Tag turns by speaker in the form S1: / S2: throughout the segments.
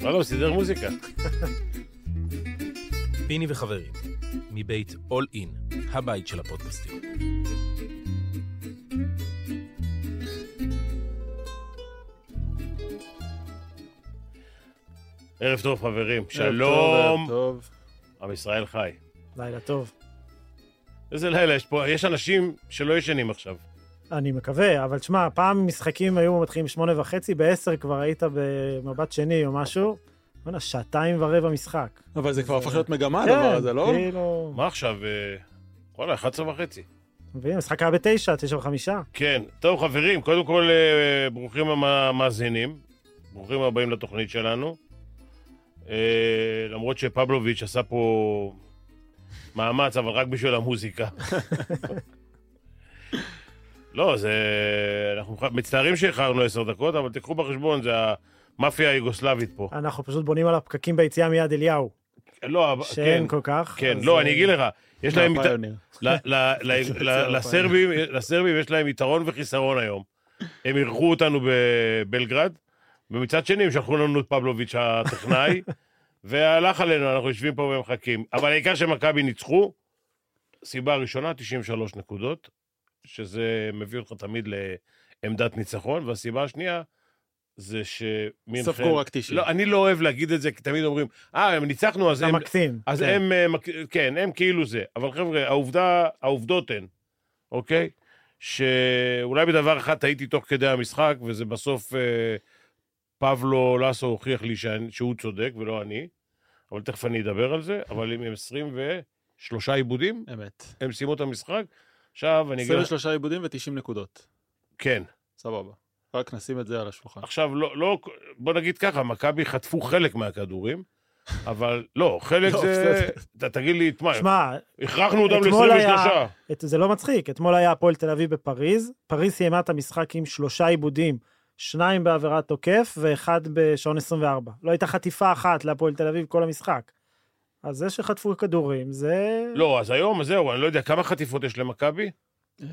S1: לא, לא, הוא סידר מוזיקה.
S2: פיני וחברים, מבית All In, הבית של הפודקאסטים.
S1: ערב טוב, חברים. שלום,
S3: ערב טוב.
S1: עם ישראל חי.
S4: לילה טוב.
S1: איזה לילה יש פה, יש אנשים שלא ישנים עכשיו.
S4: אני מקווה, אבל שמע, אה, פעם משחקים היו מתחילים שמונה וחצי, בעשר כבר היית במבט שני או משהו. בוא'נה, שעתיים ורבע משחק.
S3: אבל זה כבר
S4: זה- כן,
S3: הפך להיות מגמה, הדבר הזה, לא?
S4: כאילו...
S1: מה עכשיו? אה, וואלה, 11 וחצי.
S4: אתה מבין, המשחק היה בתשע, תשע וחמישה.
S1: כן. טוב, חברים, קודם כל, אה, ברוכים המאזינים. ברוכים הבאים לתוכנית שלנו. אה, למרות שפבלוביץ' עשה פה מאמץ, אבל רק בשביל המוזיקה. לא, זה... אנחנו מצטערים שאיחרנו עשר דקות, אבל תיקחו בחשבון, זה המאפיה היוגוסלבית פה.
S4: אנחנו פשוט בונים על הפקקים ביציאה מיד אליהו,
S1: לא, אבל- כן,
S4: שאין כל כך.
S1: כן,
S4: אז,
S1: לא,
S4: אה,
S1: אני אגיד לך, יש להם... ית-
S3: מהפיוניר.
S1: ל- ל- ל- ל- לסרבים לסרבים יש להם יתרון וחיסרון היום. הם אירחו אותנו בבלגרד, ומצד שני הם שלחו לנו את פבלוביץ' הטכנאי, והלך עלינו, אנחנו יושבים פה ומחכים. אבל העיקר שמכבי ניצחו, סיבה ראשונה, 93 נקודות, שזה מביא אותך תמיד לעמדת ניצחון, והסיבה השנייה זה שמינכן...
S3: ספגו רק 90.
S1: לא, אני לא אוהב להגיד את זה, כי תמיד אומרים, אה, הם ניצחנו, אז
S4: אתה
S1: הם...
S4: מקצין.
S1: אז
S3: כן.
S1: הם, אה, מק- כן, הם כאילו זה. אבל חבר'ה, העובדה, העובדות הן, אוקיי? שאולי בדבר אחד טעיתי תוך כדי המשחק, וזה בסוף אה, פבלו לסו הוכיח לי שאני, שהוא צודק ולא אני, אבל תכף אני אדבר על זה, אבל הם עם 23 עיבודים,
S3: אמת.
S1: הם סיימו את המשחק. עכשיו אני אגיד
S4: לא-
S1: לך,
S3: 23 עיבודים ו-90 נקודות.
S1: כן.
S3: סבבה. רק נשים את זה על השולחן.
S1: עכשיו, לא, לא, בוא נגיד ככה, מכבי חטפו חלק מהכדורים, אבל לא, חלק
S3: לא,
S1: זה...
S3: בסדר.
S1: אתה תגיד לי, תשמע,
S4: שמע,
S1: הכרחנו אותם
S4: אתמול היה-
S1: ל-23.
S4: את- זה לא מצחיק, אתמול היה הפועל תל אביב בפריז, פריז סיימה את המשחק עם שלושה עיבודים, שניים בעבירת תוקף ואחד בשעון 24. לא הייתה חטיפה אחת להפועל תל אביב כל המשחק. אז זה שחטפו כדורים, זה...
S1: לא, אז היום, אז זהו, אני לא יודע כמה חטיפות יש למכבי.
S3: אמ,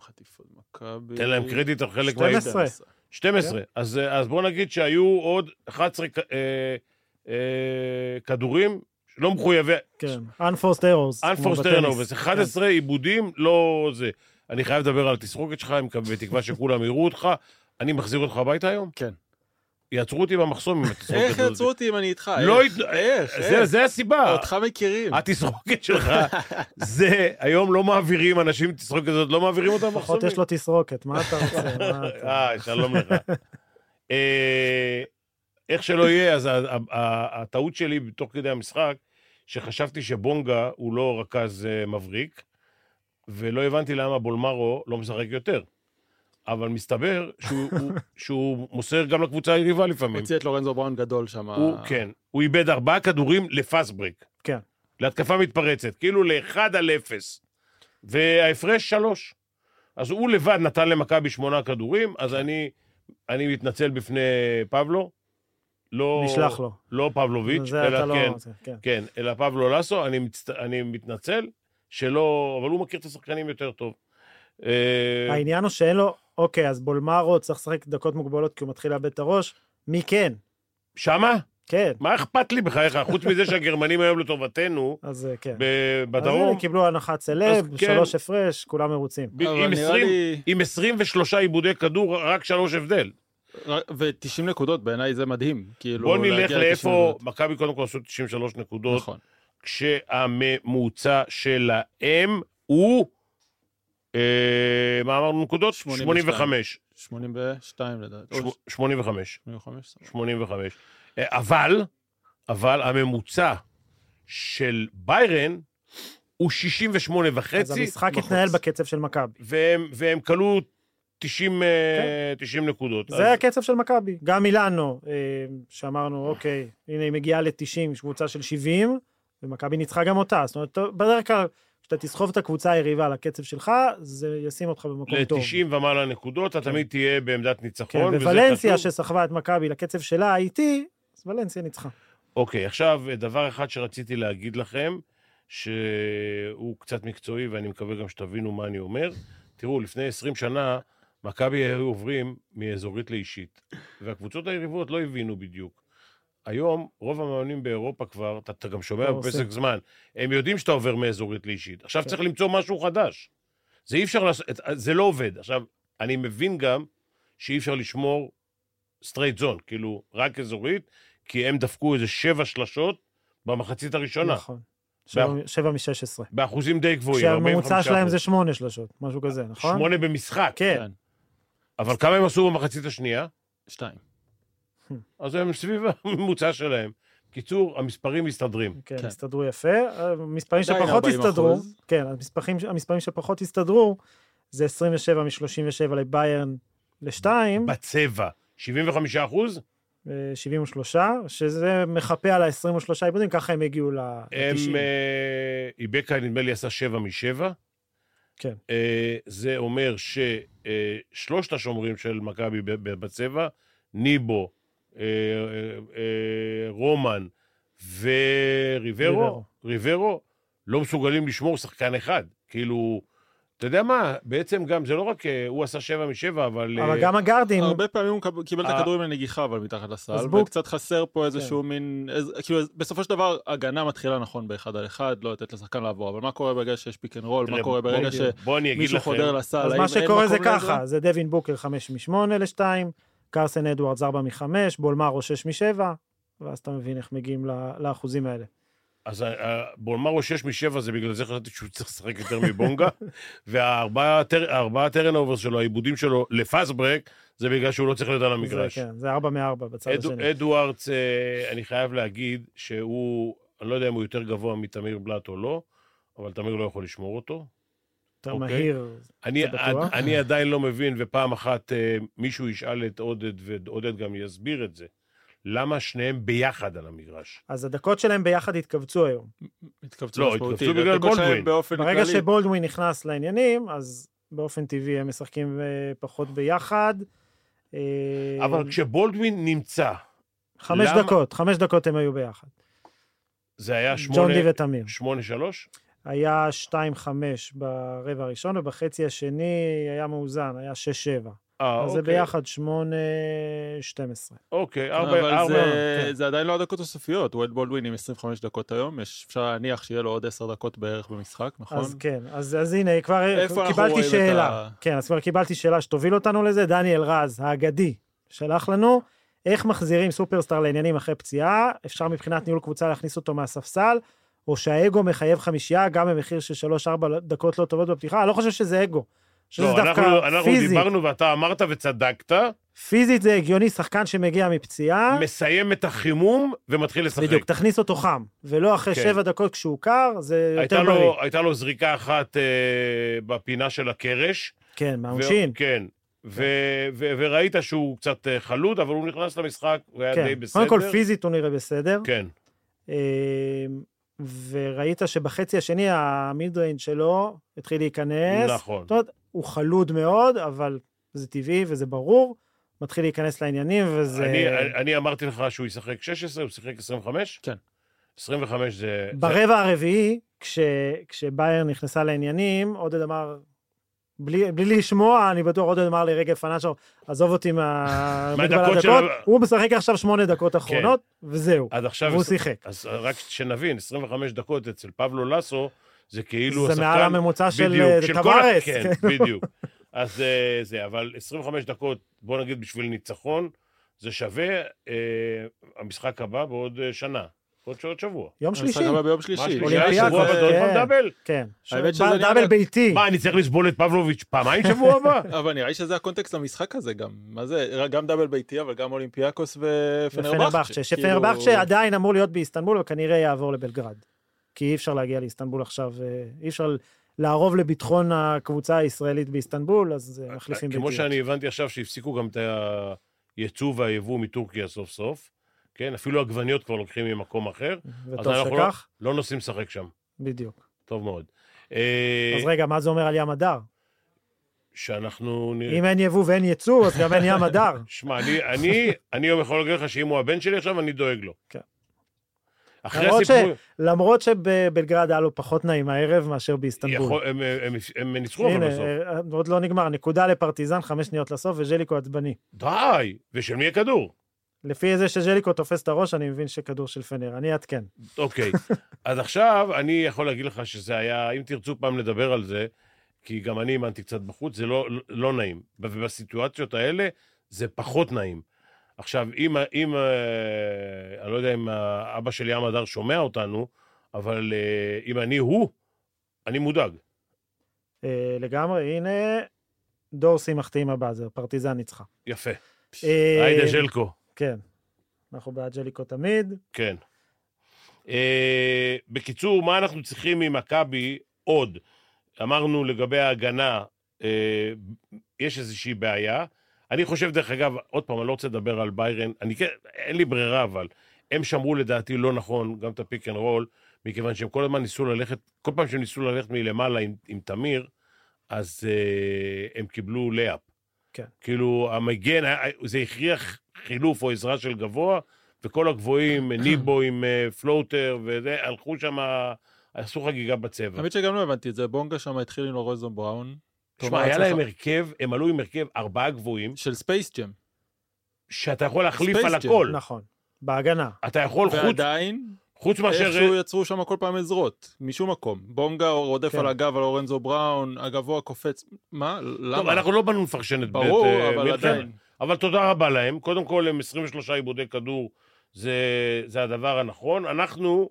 S3: חטיפות מכבי.
S1: תן להם קרדיט על חלק מה...
S4: 12.
S1: 12. אז אה, אז בוא נגיד שהיו עוד 11 כ- אה, אה, כדורים לא מחויבי...
S4: כן, unforced errors. כמו
S1: Unforced
S4: בטניס.
S3: כן.
S4: כן.
S1: turnovers, 11 עיבודים, לא זה. אני חייב לדבר על התסרוקת שלך, עם- בתקווה שכולם יראו אותך. אני מחזיר אותך הביתה היום?
S3: כן.
S1: יעצרו אותי במחסום עם התסרוקת הזאת.
S3: איך יעצרו אותי אם אני איתך?
S1: לא
S3: איך?
S1: הת-
S3: איך?
S1: זה-
S3: איך?
S1: זה אה, הסיבה.
S3: אותך מכירים.
S1: התסרוקת שלך, זה, היום לא מעבירים אנשים עם תסרוקת הזאת, לא מעבירים אותם במחסומים.
S4: לפחות יש לו תסרוקת, מה אתה רוצה? מה אתה-
S1: אה, שלום לך. אה, איך שלא יהיה, אז ה- ה- ה- הטעות שלי תוך כדי המשחק, שחשבתי שבונגה הוא לא רכז אה, מבריק, ולא הבנתי למה בולמרו לא משחק יותר. אבל מסתבר שהוא, הוא, שהוא מוסר גם לקבוצה היריבה לפעמים.
S3: הוציא את לורנזו בראון גדול שם.
S1: הוא, כן, הוא איבד ארבעה כדורים לפאסט ברייק.
S4: כן.
S1: להתקפה מתפרצת, כאילו לאחד על אפס. וההפרש שלוש. אז הוא לבד נתן למכבי שמונה כדורים,
S4: כן.
S1: אז אני, אני מתנצל בפני פבלו. לא,
S4: נשלח לו.
S1: לא פבלוביץ',
S4: זה אתה
S1: אלא
S4: לא...
S1: כן,
S4: זה, כן.
S1: כן, אלא פבלו לסו, אני, מצט, אני מתנצל שלא, אבל הוא מכיר את השחקנים יותר טוב. אה,
S4: העניין הוא שאין לו, אוקיי, אז בולמרו צריך לשחק דקות מוגבלות כי הוא מתחיל לאבד את הראש, מי כן?
S1: שמה?
S4: כן,
S1: מה אכפת לי בחייך? חוץ מזה שהגרמנים היום לטובתנו,
S4: אז אה, כן.
S1: ב-
S4: אז
S1: בדרום.
S4: הם קיבלו הנחת סלב,
S1: כן.
S4: שלוש הפרש, כולם מרוצים.
S1: ב- עם, 20, עם 23 עיבודי כדור, רק שלוש הבדל.
S3: ו-90 נקודות, בעיניי זה מדהים. כאילו,
S1: בוא נלך
S3: להגיע ל- 90
S1: לאיפה,
S3: נקודות.
S1: מכבי קודם כל עשו 93 נקודות,
S3: נכון.
S1: כשהממוצע שלהם הוא, אה, מה אמרנו נקודות?
S3: 82.
S1: 85.
S3: 82 לדעתי. או
S1: שמ- 85.
S3: 85. סבבה.
S1: 85. אה, אבל, אבל הממוצע של ביירן הוא 68 וחצי.
S4: אז המשחק
S1: בחוץ.
S4: התנהל בקצב של מכבי.
S1: והם, והם כלו 90, אה, 90 נקודות.
S4: כן. זה הקצב של מכבי. גם אילנו, אה, שאמרנו, אוקיי, הנה היא מגיעה ל-90, קבוצה של 70, ומכבי ניצחה גם אותה. זאת אומרת, טוב, בדרך כלל, כשאתה תסחוב את הקבוצה היריבה לקצב שלך, זה ישים אותך במקום טוב.
S1: ל-90 ומעלה נקודות, אתה תמיד תהיה בעמדת
S4: כן,
S1: ניצחון. וזה
S4: ווולנסיה
S1: חשוב.
S4: שסחבה את מכבי לקצב שלה איתי, אז ולנסיה ניצחה.
S1: אוקיי, עכשיו, דבר אחד שרציתי להגיד לכם, שהוא קצת מקצועי, ואני מקווה גם שתבינו מה אני אומר. תראו, לפני 20 שנה, מכבי היו עוברים מאזורית לאישית, והקבוצות היריבות לא הבינו בדיוק. היום, רוב המאמנים באירופה כבר, אתה- אתה גם
S4: כבר
S1: שומע
S4: עושים.
S1: בפסק זמן, הם יודעים שאתה עובר מאזורית לאישית. עכשיו
S4: כן.
S1: צריך למצוא משהו חדש. זה אי אפשר לעשות, את- זה לא עובד. עכשיו, אני מבין גם שאי אפשר לשמור סטרייט זון, כאילו, רק אזורית, כי הם דפקו איזה שבע שלשות במחצית הראשונה,
S4: נכון. שבע- שבע משש עשרה.
S1: באחוזים די גבוהים, 45%.
S4: כשהממוצע שלהם זה שמונה שלשות, משהו כזה, נכון?
S1: שמונה במשחק.
S4: כן.
S3: כן,
S1: אבל כמה הם עשו במחצית השנייה?
S3: שתיים.
S1: אז הם סביב הממוצע שלהם. קיצור, המספרים מסתדרים.
S4: כן,
S3: כן.
S4: הסתדרו יפה. המספרים
S3: עדיין
S4: שפחות
S3: 40%.
S4: הסתדרו, כן, המספרים, המספרים שפחות הסתדרו, זה 27 מ-37 לביירן ל-2,
S1: בצבע, 75 אחוז,
S4: 73, אה, שזה מחפה על ה-23 עיבודים, ככה הם הגיעו
S1: הם...
S4: ל-90.
S1: אה, איבקה, נדמה לי, עשה 7 מ-7.
S4: כן.
S1: אה, זה אומר ששלושת השומרים של מכבי ב- ב- בצבע, ניבו, אה, אה, אה, רומן
S4: ריברו.
S1: וריברו, ריברו, לא מסוגלים לשמור שחקן אחד. כאילו, אתה יודע מה, בעצם גם, זה לא רק, אה, הוא עשה 7 מ-7, אבל...
S4: אבל
S1: אה,
S4: גם הגארדים,
S3: הרבה פעמים הוא קב- קיבל את
S1: אה.
S3: הכדורים לנגיחה, אבל מתחת
S4: אז כן.
S3: לסל,
S4: בוא-
S3: וקצת חסר פה איזשהו מין, איז- כאילו איז- בסופו של דבר הגנה מתחילה נכון באחד על אחד, לא לתת לשחקן לעבור, אבל מה קורה ברגע שיש פיק אנד רול, מה
S1: תראה,
S3: קורה
S1: בוא-
S3: ברגע
S4: בדיוק.
S3: שמישהו
S1: בוא אני אגיד לכם,
S3: חודר לסל,
S4: אז
S3: האם
S4: מה
S3: אין
S4: שקורה זה
S3: מקום
S4: ככה, זה דווין בוקר 5 מ-8 ל-2, קרסן אדוארדס 4 מ-5, בולמרו 6 מ-7, ואז אתה מבין איך מגיעים ל- לאחוזים האלה.
S1: אז אה, ה- ה- בולמרו 6 מ-7 זה בגלל זה חשבתי שהוא צריך לשחק יותר מבונגה, והארבעה טר- הארבעה טרנאוברס שלו, העיבודים שלו לפאסברק, זה בגלל שהוא לא צריך להיות על המגרש.
S4: זה, כן, זה 4 מ-4 בצד
S1: אדו-
S4: השני.
S1: אדוארדס, אה, אני חייב להגיד שהוא, אני לא יודע אם הוא יותר גבוה מתמיר בלאט או לא, אבל תמיר לא יכול לשמור אותו.
S4: יותר
S1: אוקיי.
S4: מהיר,
S1: אני,
S4: אתה בטוח?
S1: אני עדיין לא מבין, ופעם אחת אה, מישהו ישאל את עודד, ועודד גם יסביר את זה, למה שניהם ביחד על המגרש?
S4: אז הדקות שלהם ביחד התכווצו היום.
S3: התכווצו
S1: לא,
S3: משמעותית,
S1: התכווצו בגלל
S3: הדקות שלהם
S1: בולדווין.
S3: באופן
S4: ברגע
S3: כללי.
S4: שבולדווין נכנס לעניינים, אז באופן טבעי הם משחקים אה, פחות ביחד. אה,
S1: אבל כשבולדווין נמצא,
S4: חמש
S1: למה-
S4: דקות, חמש דקות הם היו ביחד.
S1: זה היה
S4: ג'ון די
S1: שמונה-
S4: ותמיר.
S1: 8-3?
S4: היה 2-5 ברבע הראשון, ובחצי השני היה מאוזן, היה 6-7.
S1: אה,
S4: אז
S1: אוקיי.
S4: זה ביחד 8-12.
S1: אוקיי, ארבע,
S3: אבל
S1: ארבע.
S3: זה-
S1: כן.
S3: זה עדיין לא הדקות הסופיות, וולד בולדווין עם 25 דקות היום, יש- אפשר להניח שיהיה לו עוד 10 דקות בערך במשחק, נכון?
S4: אז כן, אז, אז הנה, כבר
S3: איפה אנחנו
S4: קיבלתי
S3: רואים את
S4: שאלה.
S3: ה-
S4: כן, אז כבר קיבלתי שאלה שתוביל אותנו לזה. דניאל רז, האגדי, שלח לנו, איך מחזירים סופרסטאר לעניינים אחרי פציעה? אפשר מבחינת ניהול קבוצה להכניס אותו מהספסל, או שהאגו מחייב חמישייה גם במחיר של 3-4 דקות לא טובות בפתיחה? אני לא חושב שזה אגו. אני חושב
S1: לא,
S4: שזה
S1: אנחנו,
S4: דווקא אה?
S1: אנחנו
S4: פיזית.
S1: דיברנו ואתה אמרת וצדקת,
S4: פיזית זה הגיוני, שחקן שמגיע מפציעה,
S1: מסיים את החימום ומתחיל לשחק.
S4: בדיוק, תכניס אותו חם, ולא אחרי
S1: כן.
S4: 7 דקות כשהוא קר, זה
S1: הייתה
S4: יותר בריא.
S1: לו, הייתה לו זריקה אחת אה, בפינה של הקרש.
S4: כן,
S1: ו-
S4: מהעונשין.
S1: כן. ו- ו- וראית שהוא קצת אה, חלוד, אבל הוא נכנס למשחק, הוא היה די
S4: כן,
S1: בסדר.
S4: קודם כל פיזית הוא נראה בסדר.
S1: כן,
S4: אמ, וראית שבחצי השני המיד ריינג' שלו התחיל להיכנס.
S1: נכון.
S4: זאת אומרת, הוא חלוד מאוד, אבל זה טבעי וזה ברור, מתחיל להיכנס לעניינים וזה...
S1: אני, אה, אני- אני אמרתי לך שהוא ישחק 16, הוא שיחק 25?
S3: כן.
S1: 25 זה... זה-
S4: ברבע הרביעי, כש, כשבייר נכנסה לעניינים, עודד אמר, בלי, בלי לשמוע, אני בטוח, עודד אמר לי, רגע, פנאצ'ו, עזוב אותי מה-
S1: מהדקות
S4: מגבלת
S1: שלו."
S4: הדקות, הוא משחק עכשיו שמונה דקות אחרונות, וזהו,
S1: עד עכשיו...
S4: והוא שיחק.
S1: אז רק שנבין, 25 דקות אצל פבלו לסו, זה כאילו
S4: זה
S1: השחקן...
S4: מעל הממוצע של
S1: בדיוק,
S4: אה,
S1: של כל ה-
S4: טווארס.
S1: כן, בדיוק. אז אה, זה, אבל 25 דקות, בוא נגיד בשביל ניצחון, זה שווה אה, המשחק הבא בעוד אה, שנה, עוד עוד שבוע.
S4: יום שלישי.
S3: המשחק הבא ביום
S1: מה
S3: שלישי.
S1: שלישי?
S4: אולימפיאקוס,
S1: שבוע הבא זה עוד
S4: כן.
S1: פעם דאבל?
S4: כן. ש-
S3: האמת שזה נראה-
S4: דאבל ביתי.
S1: מה, אני צריך לסבול את פבלוביץ' פעמיים שבוע הבא?
S3: אבל נראה לי שזה הקונטקסט למשחק הזה גם. מה זה, גם דאבל ביתי, אבל גם אולימפיאקוס ופנרבכצ'ה. כאילו,
S4: פנרבחצ'ה, שפנרבחצ'ה עדיין אמור להיות באיסטנבול, וכנראה יעבור לבלגרד. כי אי אפשר להגיע לאיסטנבול עכשיו, אה, אי אפשר לערוב לביטחון הקבוצה הישראלית באיסטנבול, אז אה, מחליפים
S1: כמו
S4: ביתיות.
S1: שאני הבנתי עכשיו שהפסיקו גם את היצוא והיבוא מטורקיה סוף סוף, כן? אפילו עגבניות כבר לוקחים ממקום אחר, אז
S4: וטוב
S1: אנחנו לא-
S4: שכך,
S1: לא נוסעים לשחק שם.
S4: בדיוק.
S1: טוב מאוד. אה,
S4: אז רגע, מה זה אומר על ים הדר?
S1: שאנחנו... נ-
S4: אם אין יבוא ואין יצוא, אז גם אין ים הדר.
S1: שמע, אני, אני, אני היום יכול להגיד לך שאם הוא הבן שלי עכשיו, אני דואג לו.
S4: כן.
S1: אחרי
S4: למרות
S1: הסיפור,
S4: למרות שבבלגרד היה לו פחות נעים הערב מאשר באיסטנבול.
S1: יכול, הם, הם, הם, הם ניצחו אבל
S4: הנה,
S1: בסוף.
S4: אה, עוד לא נגמר, נקודה לפרטיזן, חמש שניות לסוף, וג'ליקו עצבני.
S1: די, ושל מי הכדור?
S4: לפי זה שז'ליקו תופס את הראש, אני מבין שכדור של פנר. אני אעדכן.
S1: אוקיי. אז עכשיו אני יכול להגיד לך שזה היה, אם תרצו פעם לדבר על זה, כי גם אני אימנתי קצת בחוץ, זה לא, לא נעים. ובסיטואציות האלה זה פחות נעים. עכשיו, אם, ה- אם אה, אני לא יודע אם ה- אבא של ים הדר שומע אותנו, אבל אה, אם אני הוא, אני מודאג.
S4: אה, לגמרי, הנה, דורסי מחטיא עם הבאזר, פרטיזן ניצחה.
S1: יפה.
S4: אה,
S1: היידה ז'לקו,
S4: כן. אנחנו בעד ג'ליקו תמיד.
S1: כן. אה, בקיצור, מה אנחנו צריכים ממכבי עוד? אמרנו לגבי ההגנה, אה, יש איזושהי בעיה. אני חושב, דרך אגב, עוד פעם, אני לא רוצה לדבר על ביירן, אני כן, אין לי ברירה, אבל הם שמרו לדעתי לא נכון גם את הפיק אנד רול, מכיוון שהם כל הזמן ניסו ללכת, כל פעם שהם ניסו ללכת מלמעלה עם, עם תמיר, אז אה, הם קיבלו לייפ.
S4: כן.
S1: כאילו, המגן, היה- זה הכריח חילוף או עזרה של גבוה, וכל הגבוהים, ניבו עם אה, פלוטר וזה, הלכו שם, עשו חגיגה בצבע.
S3: האמת שגם לא הבנתי את זה, בונגה שם התחיל עם לורזון בראון.
S1: תשמע,
S3: כלומר,
S1: היה
S3: הצלחה-
S1: להם הרכב, הם עלו עם הרכב ארבעה גבוהים,
S3: של ספייס ג'ם.
S1: שאתה יכול להחליף
S3: Space
S1: על
S3: Jam,
S1: הכל.
S4: נכון. בהגנה.
S1: אתה יכול, חוץ-
S3: ועדיין,
S1: חוץ מאשר...
S3: איכשהו יצרו שם כל פעם עזרות, משום מקום. בונגה רודף
S4: כן.
S3: על הגב על אורנזו בראון, הגבוה קופץ. מה?
S1: טוב,
S3: למה?
S1: אנחנו לא באנו לפרשן את בית
S3: ברור,
S1: אה,
S3: אבל
S1: מלחם.
S3: עדיין.
S1: אבל תודה רבה להם. קודם כל, הם 23 עיבודי כדור, זה, זה הדבר הנכון. אנחנו,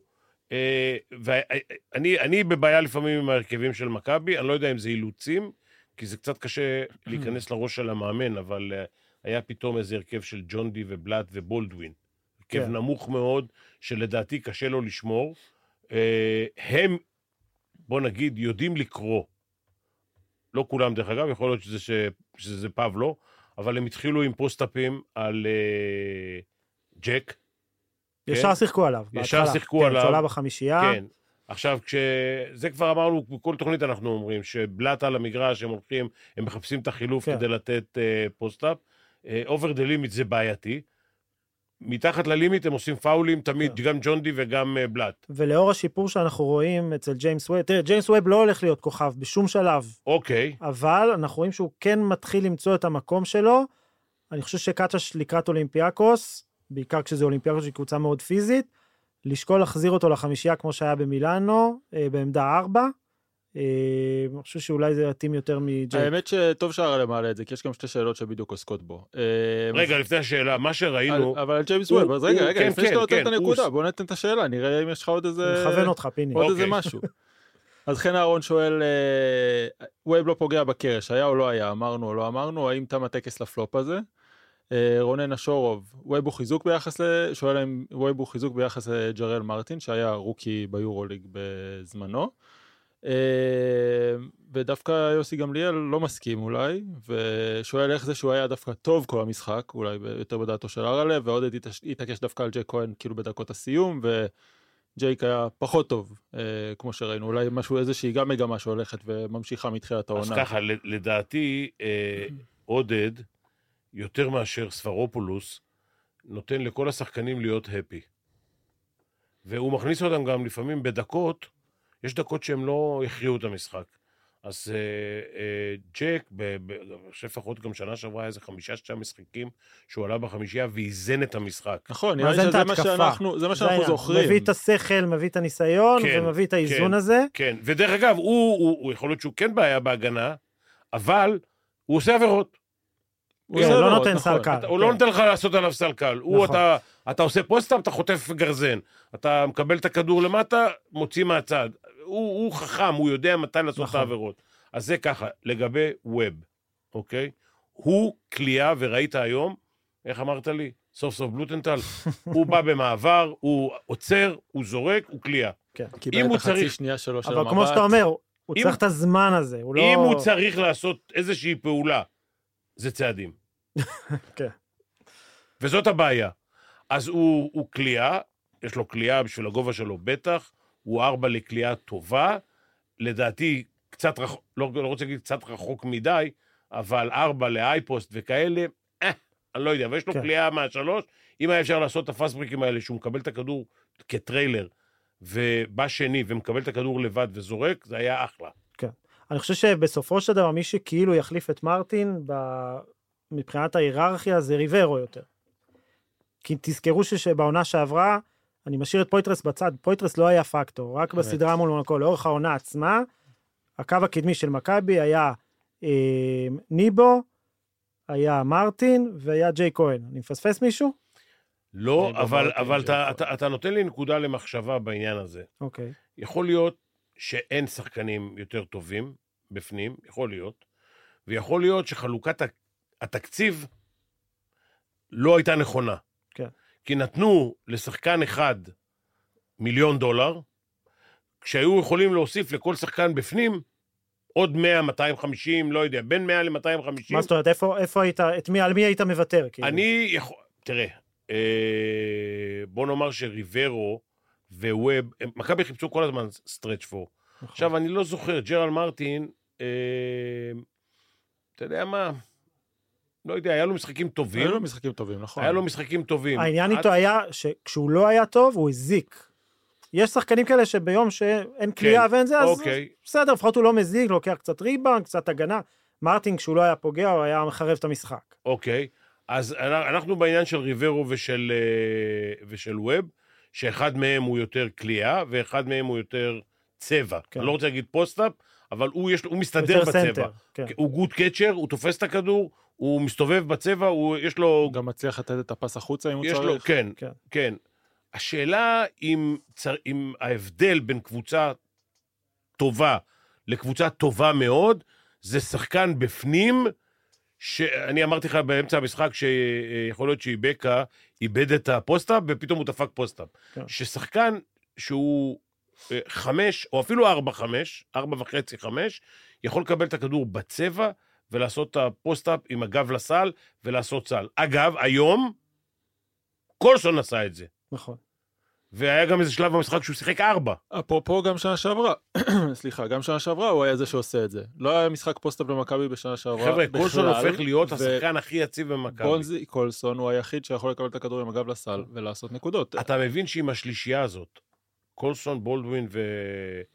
S1: אה, ואני אני בבעיה לפעמים עם ההרכבים של מכבי, אני לא יודע אם זה אילוצים, כי זה קצת קשה להיכנס לראש של המאמן, אבל אה, היה פתאום איזה הרכב של ג'ונדי ובלאט ובולדווין. הרכב
S4: כן.
S1: נמוך מאוד, שלדעתי קשה לו לשמור. אה, הם, בוא נגיד, יודעים לקרוא. לא כולם, דרך אגב, יכול להיות שזה, ש... שזה פבלו, אבל הם התחילו עם פוסט-אפים על אה, ג'ק,
S4: ישר שיחקו עליו.
S1: כן. ישר
S4: בהתחלה.
S1: שיחקו עליו.
S4: כן, צולה בחמישייה.
S1: כן. עכשיו, כש... זה כבר אמרנו, בכל תוכנית אנחנו אומרים, שבלאט על המגרש, הם הולכים, הם מחפשים את החילוף
S4: כן.
S1: כן. כדי לתת אה, פוסט-אפ. אה, אובר דה לימיט זה בעייתי. מתחת ללימיט הם עושים פאולים תמיד,
S4: כן.
S1: גם ג'ונדי וגם אה, בלאט.
S4: ולאור השיפור שאנחנו רואים אצל ג'יימס ווב, תראה, ג'יימס ווב לא הולך להיות כוכב בשום שלב,
S1: אוקיי,
S4: אבל אנחנו רואים שהוא כן מתחיל למצוא את המקום שלו. אני חושב שקצ'ש לקראת אולימפיאקוס, בעיקר כשזה אולימפיאקוס שהיא קבוצה מאוד פיזית, לשקול להחזיר אותו לחמישייה כמו שהיה במילאנו, אה, בעמדה ארבע. אה, אני חושב שאולי זה יתאים יותר מג'יימס.
S3: האמת שטוב שהרלם מעלה את זה, כי יש גם שתי שאלות שבדיוק עוסקות בו. אה,
S1: רגע, לפני השאלה, מה שראינו...
S3: על- אבל על ג'יימס
S1: כאילו- הוא-
S3: ווב, אז רגע,
S1: הוא-
S3: רגע,
S1: כן,
S3: לפני
S1: כן,
S3: שאתה נותן
S1: כן,
S3: את
S1: הוא
S3: הנקודה,
S1: ס-
S3: בוא נתן את השאלה, נראה אם יש לך עוד איזה...
S1: אה,
S4: מכוון אותך, פיני.
S3: עוד
S1: אוקיי.
S3: איזה משהו. אז חן אהרון שואל, אה, ווב לא פוגע בקרש, היה או לא היה, אמרנו או לא אמרנו, האם תם הטקס לפלופ הזה? אה, רונן אשורוב, ווב הוא חיזוק ביחס ל... שואל אם ווב הוא חיזוק ביחס לג'רל מרטין, שהיה רוקי ביורוליג בזמנו. אה, ודווקא יוסי גמליאל לא מסכים אולי, ושואל איך זה שהוא היה דווקא טוב כל המשחק, אולי ב- יותר בדעתו של אראלה, ועודד התעש- התעקש דווקא על ג'ק כהן כאילו בדקות הסיום, וג'ייק היה פחות טוב, אה, כמו שראינו, אולי משהו, איזושהי גם מגמה שהולכת וממשיכה מתחילת העונה.
S1: אז ככה, ל- לדעתי, אה, עודד, יותר מאשר ספרופולוס, נותן לכל השחקנים להיות הפי. והוא מכניס אותם גם לפעמים בדקות, יש דקות שהם לא הכריעו את המשחק. אז אה, אה, ג'ק, ב- ב- אני חושב לפחות גם שנה שעברה היה איזה חמישה-שישה משחקים שהוא עלה בחמישייה ואיזן את המשחק.
S3: נכון, נראה לי
S4: מאזן את
S3: שזה מה
S4: ההתקפה.
S3: שאנחנו, זה מה
S4: זה
S3: שאנחנו
S4: העניין.
S3: זוכרים.
S4: מביא את השכל, מביא את הניסיון,
S1: כן,
S4: ומביא את האיזון
S1: כן.
S4: הזה.
S1: כן, ודרך אגב, הוא, הוא, הוא יכול להיות שהוא כן בעיה בהגנה, אבל הוא עושה עבירות.
S3: הוא
S4: כן,
S3: עושה
S4: הוא לא
S3: עבירות,
S4: נותן
S3: נכון.
S4: סל קל.
S1: הוא לא
S4: כן.
S1: נותן לך לעשות עליו סל קל. הוא,
S4: נכון.
S1: אתה, אתה עושה פוסט-אפ, אתה חוטף גרזן. אתה מקבל את הכדור למטה, מוציא מהצד. הוא, הוא חכם, הוא יודע מתי לעשות את
S4: נכון.
S1: העבירות. אז זה ככה, לגבי ווב, אוקיי? הוא כליאה, וראית היום, איך אמרת לי? סוף סוף בלוטנטל. הוא בא במעבר, הוא עוצר, הוא זורק, הוא כליאה.
S3: קיבל
S1: הוא
S3: את החצי
S1: צריך-
S3: שנייה שלו של המבט.
S4: כן. אבל כמו שאתה אומר, הוא
S1: אם-
S4: צריך את הזמן הזה, הוא לא...
S1: אם הוא צריך לעשות איזושהי פעולה, זה צעדים.
S4: כן.
S1: וזאת הבעיה. אז הוא הוא כליאה, יש לו כליאה בשביל הגובה שלו בטח, הוא ארבע לכליאה טובה, לדעתי קצת רחוק, לא לא רוצה להגיד קצת רחוק מדי, אבל ארבע לאייפוסט וכאלה, אה, אני לא יודע, אבל יש לו
S4: כן.
S1: כליאה מהשלוש, אם היה אפשר לעשות את הפסטבריקים האלה, שהוא מקבל את הכדור כטריילר, ובא שני ומקבל את הכדור לבד וזורק, זה היה אחלה.
S4: אני חושב שבסופו של דבר מי שכאילו יחליף את מרטין ב... מבחינת ההיררכיה זה ריברו יותר. כי תזכרו ש- שבעונה שעברה, אני משאיר את פויטרס בצד, פויטרס לא היה פקטור, רק
S3: באמת.
S4: בסדרה מול מונקו, לאורך העונה עצמה, הקו הקדמי של מכבי היה אה, ניבו, היה מרטין והיה ג'יי כהן. אני מפספס מישהו?
S1: לא,
S3: אני גם
S1: אבל,
S3: אמרתי
S1: אבל
S3: את זה.
S1: אתה, אתה, אתה נותן לי נקודה למחשבה בעניין הזה.
S4: אוקיי.
S1: יכול להיות שאין שחקנים יותר טובים בפנים, יכול להיות, ויכול להיות שחלוקת ה- התקציב לא הייתה נכונה.
S4: כן.
S1: כי נתנו לשחקן אחד מיליון דולר, כשהיו יכולים להוסיף לכל שחקן בפנים עוד 100, 250, לא יודע, בין 100 ל-250.
S4: מה זאת אומרת, איפה, איפה היית, את מי, על מי היית מוותר? כאילו?
S1: אני יכול... תראה, אה, בוא נאמר שריברו וווב, הם- מכבי חיפשו כל הזמן סטרץ' פור.
S4: נכון.
S1: עכשיו, אני לא זוכר, ג'רל מרטין, אה, אתה יודע מה, לא יודע, היה לו משחקים טובים.
S3: היו לו משחקים טובים, נכון.
S1: היה לו משחקים טובים. אה,
S4: העניין
S1: עד-
S4: איתו היה שכשהוא לא היה טוב, הוא הזיק. יש שחקנים כאלה שביום שאין קליעה ואין זה, אז
S1: כן, אוקיי.
S4: בסדר, לפחות הוא לא מזיק, לוקח קצת ריבאונד, קצת הגנה. מרטין, כשהוא לא היה פוגע, הוא היה מחרב את המשחק.
S1: אוקיי. אז אנ- אנחנו בעניין של ריברו ושל, אה, ושל ווב, שאחד מהם הוא יותר כליאה, ואחד מהם הוא יותר צבע.
S4: כן.
S1: אני לא רוצה להגיד פוסט-אפ, אבל הוא, יש, לו- הוא מסתדר
S4: יותר
S1: בצבע.
S4: סנטר, כן.
S1: הוא גוד קצ'ר, הוא תופס את הכדור, הוא מסתובב בצבע, הוא, יש לו...
S3: הוא גם מצליח לתת את הפס החוצה אם הוא
S1: יש לו
S3: צריך.
S1: כן,
S4: כן.
S1: כן. השאלה אם, צר, אם ההבדל בין קבוצה טובה לקבוצה טובה מאוד, זה שחקן בפנים, שאני אמרתי לך באמצע המשחק שיכול להיות שאיבקה איבד את הפוסט-אפ, ופתאום הוא דפק פוסט-אפ.
S4: כן.
S1: ששחקן שהוא אה, חמש, או אפילו ארבע חמש, ארבע וחצי חמש, יכול לקבל את הכדור בצבע ולעשות את הפוסט-אפ עם הגב לסל ולעשות סל. אגב, היום קולסון עשה את זה,
S4: נכון.
S1: והיה גם איזה שלב במשחק שהוא שיחק ארבע.
S3: אפרופו גם שנה שעברה, סליחה, גם שנה שעברה הוא היה זה שעושה את זה. לא היה משחק פוסט-אפ למכבי בשנה שעברה
S1: חבר'ה,
S3: בכלל.
S1: קולסון הופך להיות
S3: ו-
S1: השחקן הכי יציב במכבי.
S3: בונזי קולסון הוא היחיד שיכול לקבל את הכדור עם הגב לסל
S1: אה.
S3: ולעשות נקודות.
S1: אתה מבין שעם השלישייה הזאת, קולסון, בולדווין ו...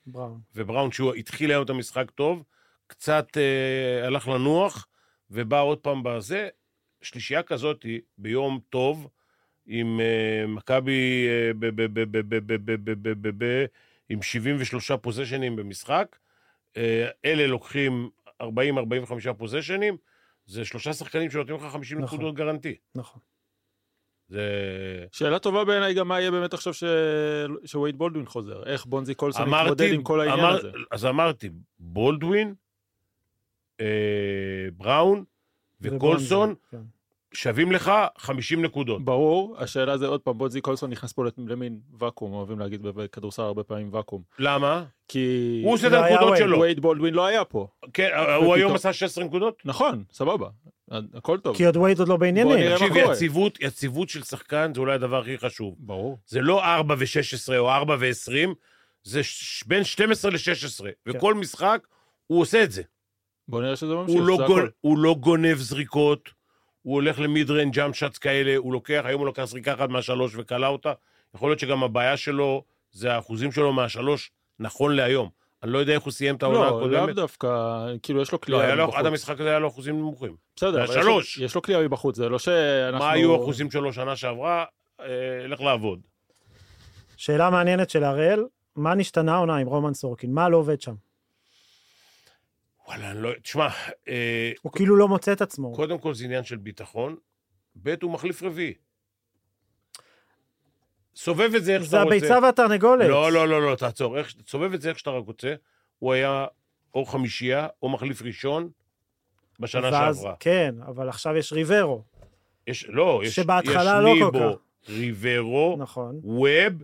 S4: בראון.
S1: ובראון, שהוא התחיל היום את המשחק טוב, קצת אה, הלך לנוח, ובא עוד פעם בזה. שלישייה כזאת היא ביום טוב, עם אה, מכבי אה, ב- ב- ב- ב- ב- ב- ב- ב- ב- ב- עם 73 פוזיישנים במשחק, אה, אלה לוקחים 40-45 פוזיישנים, זה שלושה שחקנים שנותנים לך 50
S4: נכון.
S1: נקודות גרנטי.
S4: נכון.
S1: זה...
S3: שאלה טובה בעיניי גם מה יהיה באמת עכשיו ש- שווייד בולדווין חוזר. איך בונזי קולסון
S1: אמרתי,
S3: יתמודד עם כל העניין
S1: אמר-
S3: הזה.
S1: אז אמרתי, בולדווין, אה, בראון וקולסון
S4: ובראון זה, כן.
S1: שווים לך 50 נקודות.
S3: ברור, השאלה זה עוד פעם, בונזי קולסון נכנס פה למין ואקום, אוהבים להגיד בכדורסל הרבה פעמים ואקום.
S1: למה?
S3: כי...
S1: הוא עושה את
S4: לא היה
S1: הנקודות
S4: וייד.
S1: שלו.
S3: וייד בולדווין לא היה פה.
S1: כן,
S3: ופתאום-
S1: הוא היום עשה 16 נקודות?
S3: נכון, סבבה, הכל טוב.
S4: כי עוד וייד עוד לא
S3: בוא
S4: בעניינים.
S3: נראה. מה
S1: תקשיב,
S3: קורה.
S1: יציבות, יציבות של שחקן זה אולי הדבר הכי חשוב.
S3: ברור.
S1: זה לא 4 ו-16 או 4 ו-20, זה ש- בין 12 ל-16,
S3: כן.
S1: וכל משחק הוא עושה את זה.
S3: בוא נראה שזה ממשיך,
S1: הוא לא,
S3: זה
S1: גול,
S3: הכל.
S1: הוא לא גונב זריקות, הוא הולך למיד ריינג ג'אמפ שאטס כאלה, הוא לוקח, היום הוא לקח זריקה אחת מהשלוש וכלא אותה. יכול להיות שגם הבעיה שלו זה האחוזים שלו מהשלוש, נכון להיום. אני לא יודע איך הוא סיים את העונה
S3: לא, לאו
S1: הקודמת.
S3: דווקא, כאילו יש לו
S1: לא, היה
S3: קליעה
S1: לו- עד
S3: מבחוץ.
S1: המשחק הזה היה לו אחוזים נמוכים.
S3: בסדר, אבל יש לו-
S1: מהשלוש.
S3: יש לו קליעה מבחוץ, זה לא שאנחנו...
S1: מה היו האחוזים שלו שנה שעברה? אה, לך לעבוד.
S4: שאלה מעניינת של הראל, מה נשתנה העונה עם רומן סורקין? מה לא עובד שם?
S1: וואלה, אני לא... תשמע, אה,
S4: הוא כאילו לא מוצא את עצמו.
S1: קודם כל זה עניין של ביטחון, ב' הוא מחליף רביעי. סובב את זה איך
S4: זה
S1: שאתה רוצה.
S4: הביצה והתרנגולת.
S1: לא, לא, לא, לא, תעצור. איך, תסובב את זה איך שאתה רק רוצה. הוא היה או חמישייה או מחליף ראשון בשנה
S4: ואז-
S1: שעברה.
S4: כן, אבל עכשיו יש ריברו,
S1: יש, לא, יש,
S4: שבהתחלה
S1: יש
S4: לא כל
S1: ניבו, ריברו,
S4: נכון.
S1: ווב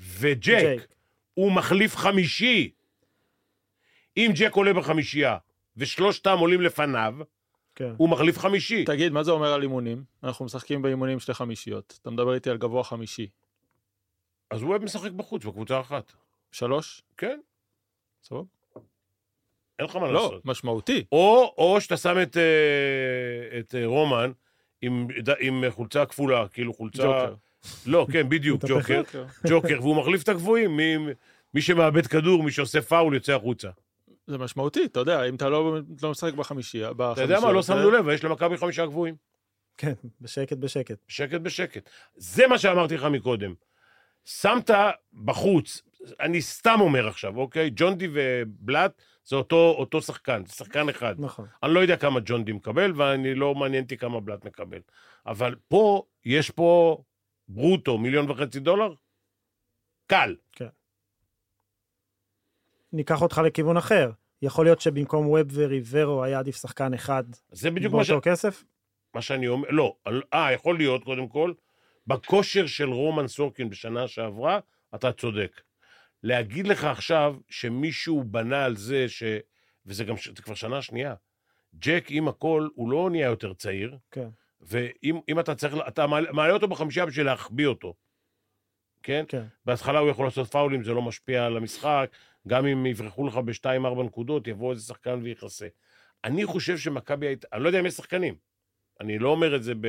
S1: וג'ק.
S4: ג'ק.
S1: הוא מחליף חמישי. אם ג'ק עולה בחמישייה ושלושתם עולים לפניו,
S4: כן.
S1: הוא מחליף חמישי.
S3: תגיד, מה זה אומר על אימונים? אנחנו משחקים באימונים שתי חמישיות. אתה מדבר איתי על גבוה חמישי.
S1: אז ווב משחק בחוץ, בקבוצה אחת.
S3: שלוש?
S1: כן,
S3: סבבה?
S1: אין לך מה
S3: לא,
S1: לעשות.
S3: משמעותי.
S1: או, או שאתה שם את, אה, את אה, רומן עם, ד- עם חולצה כפולה, כאילו חולצה...
S3: ג'וקר.
S1: לא, כן, בדיוק,
S4: מתהפך.
S1: ג'וקר. ג'וקר, והוא מחליף את הגבוהים. מי, מי שמאבד כדור, מי שעושה פאול, יוצא החוצה.
S3: זה משמעותי, אתה יודע, אם אתה לא לא משחק בחמישייה,
S1: אתה יודע מה, לא שמנו לב, יש למכבי חמישה גבוהים.
S4: כן, בשקט בשקט.
S1: בשקט בשקט. זה מה שאמרתי לך מקודם. שמת בחוץ, אני סתם אומר עכשיו, אוקיי? ג'ונדי ובלאט זה אותו, אותו שחקן, זה שחקן אחד.
S4: נכון.
S1: אני לא יודע כמה ג'ונדי מקבל, ואני לא מעניין אותי כמה בלאט מקבל. אבל פה, יש פה ברוטו, מיליון וחצי דולר? קל.
S4: ניקח אותך לכיוון אחר. יכול להיות שבמקום ווב וריברו היה עדיף שחקן אחד
S1: זה בדיוק מה, ש...
S4: באותו כסף?
S1: מה שאני אומר, לא, אני- אה, יכול להיות, קודם כל, בכושר של רומן סורקין בשנה שעברה, אתה צודק. להגיד לך עכשיו שמישהו בנה על זה ש... וזה גם, ש- זה כבר שנה שנייה. ג'ק, עם הכל, הוא לא נהיה יותר צעיר,
S4: כן.
S1: ואם אם אתה צריך, אתה מעלה, מעלה אותו בחמישייה בשביל להחביא אותו, כן?
S4: כן.
S1: בהתחלה הוא יכול לעשות פאולים, זה לא משפיע על המשחק, גם אם יברחו לך בשתיים-ארבע נקודות, יבוא איזה שחקן ויכסה. אני חושב שמכבי הייתה, אני לא יודע אם יש שחקנים, אני לא אומר את זה ב...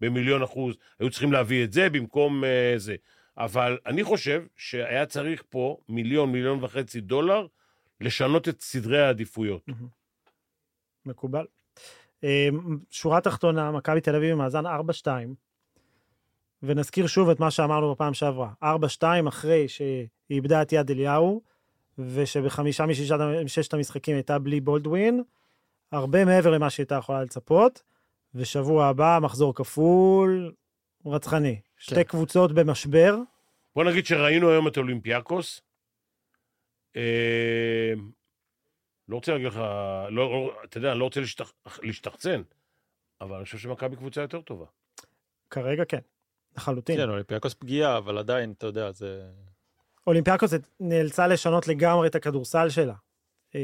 S1: במיליון אחוז, היו צריכים להביא את זה במקום אה, זה, אבל אני חושב שהיה צריך פה מיליון, מיליון וחצי דולר לשנות את סדרי העדיפויות.
S4: מקובל. אה, שורה תחתונה, מכבי תל אביב עם מאזן 4-2, ונזכיר שוב את מה שאמרנו בפעם שעברה. 4-2 אחרי שהיא איבדה את יד אליהו, ושבחמישה מששת מששת המשחקים הייתה בלי בולדווין, הרבה מעבר למה שהייתה יכולה לצפות, ושבוע הבא מחזור כפול רצחני. שתי קבוצות במשבר,
S1: בוא נגיד שראינו היום את אולימפיאקוס. אה, לא רוצה להגיד לך, לא- לא, אתה יודע, אני לא רוצה להשתח- להשתחצן, אבל אני חושב שמכבי קבוצה יותר טובה.
S4: כרגע כן, לחלוטין.
S3: כן, אולימפיאקוס פגיעה, אבל עדיין, אתה יודע, זה...
S4: אולימפיאקוס נאלצה לשנות לגמרי את הכדורסל שלה. אה,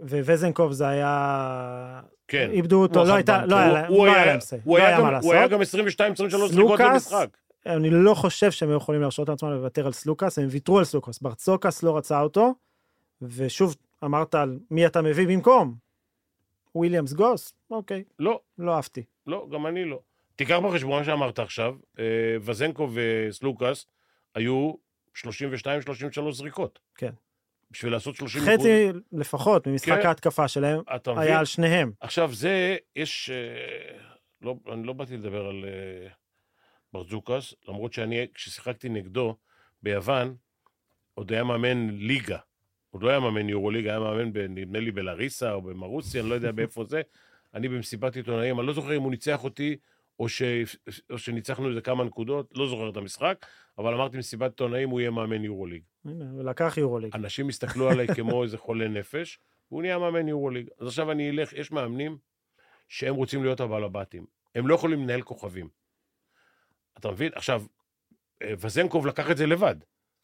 S4: וווזנקוב זה היה...
S1: כן.
S4: איבדו אותו,
S3: מוחמד
S4: לא הייתה,
S3: בנק.
S4: לא היה להם,
S1: הוא
S4: לא היה
S1: היה-
S4: להם סיי,
S1: הוא
S4: לא
S1: היה
S4: היה
S1: גם-
S4: מה
S1: הוא היה
S4: לעשות.
S1: גם 22-23 זריקות
S4: סלוקאס,
S1: במשחק.
S4: אני לא חושב שהם היו יכולים להרשות לעצמם לוותר על סלוקאס, הם ויתרו על סלוקאס. ברצוקס לא רצה אותו, ושוב, אמרת על מי אתה מביא במקום. וויליאמס גוס? אוקיי,
S1: לא,
S4: לא אהבתי.
S1: לא, גם אני לא. תיקח בחשבון שאמרת עכשיו, אה, וזנקו וסלוקאס היו 32-33 זריקות.
S4: כן.
S1: בשביל לעשות 30
S4: חצי לפחות ממשחק
S1: כן.
S4: ההתקפה שלהם
S1: אתה מבין?
S4: היה על שניהם.
S1: עכשיו, זה, יש... אה, לא, אני לא באתי לדבר על אה, ברזוקס, למרות שאני, כששיחקתי נגדו ביוון, עוד היה מאמן ליגה. עוד לא היה מאמן יורוליגה, היה מאמן, ב- נדמה לי, בלריסה או במרוסיה, אני לא יודע באיפה זה. אני במסיבת עיתונאים, אני לא זוכר אם הוא ניצח אותי או, ש... או שניצחנו איזה כמה נקודות, לא זוכר את המשחק, אבל אמרתי במסיבת עיתונאים, הוא יהיה מאמן יורוליג.
S4: הנה, הוא לקח יורוליג.
S1: אנשים הסתכלו עליי כמו איזה חולה נפש, והוא נהיה מאמן יורוליג. אז עכשיו אני אלך, יש מאמנים שהם רוצים להיות הבעל הבתים. הם לא יכולים לנהל כוכבים. אתה מבין? עכשיו, אה, וזנקוב לקח את זה לבד.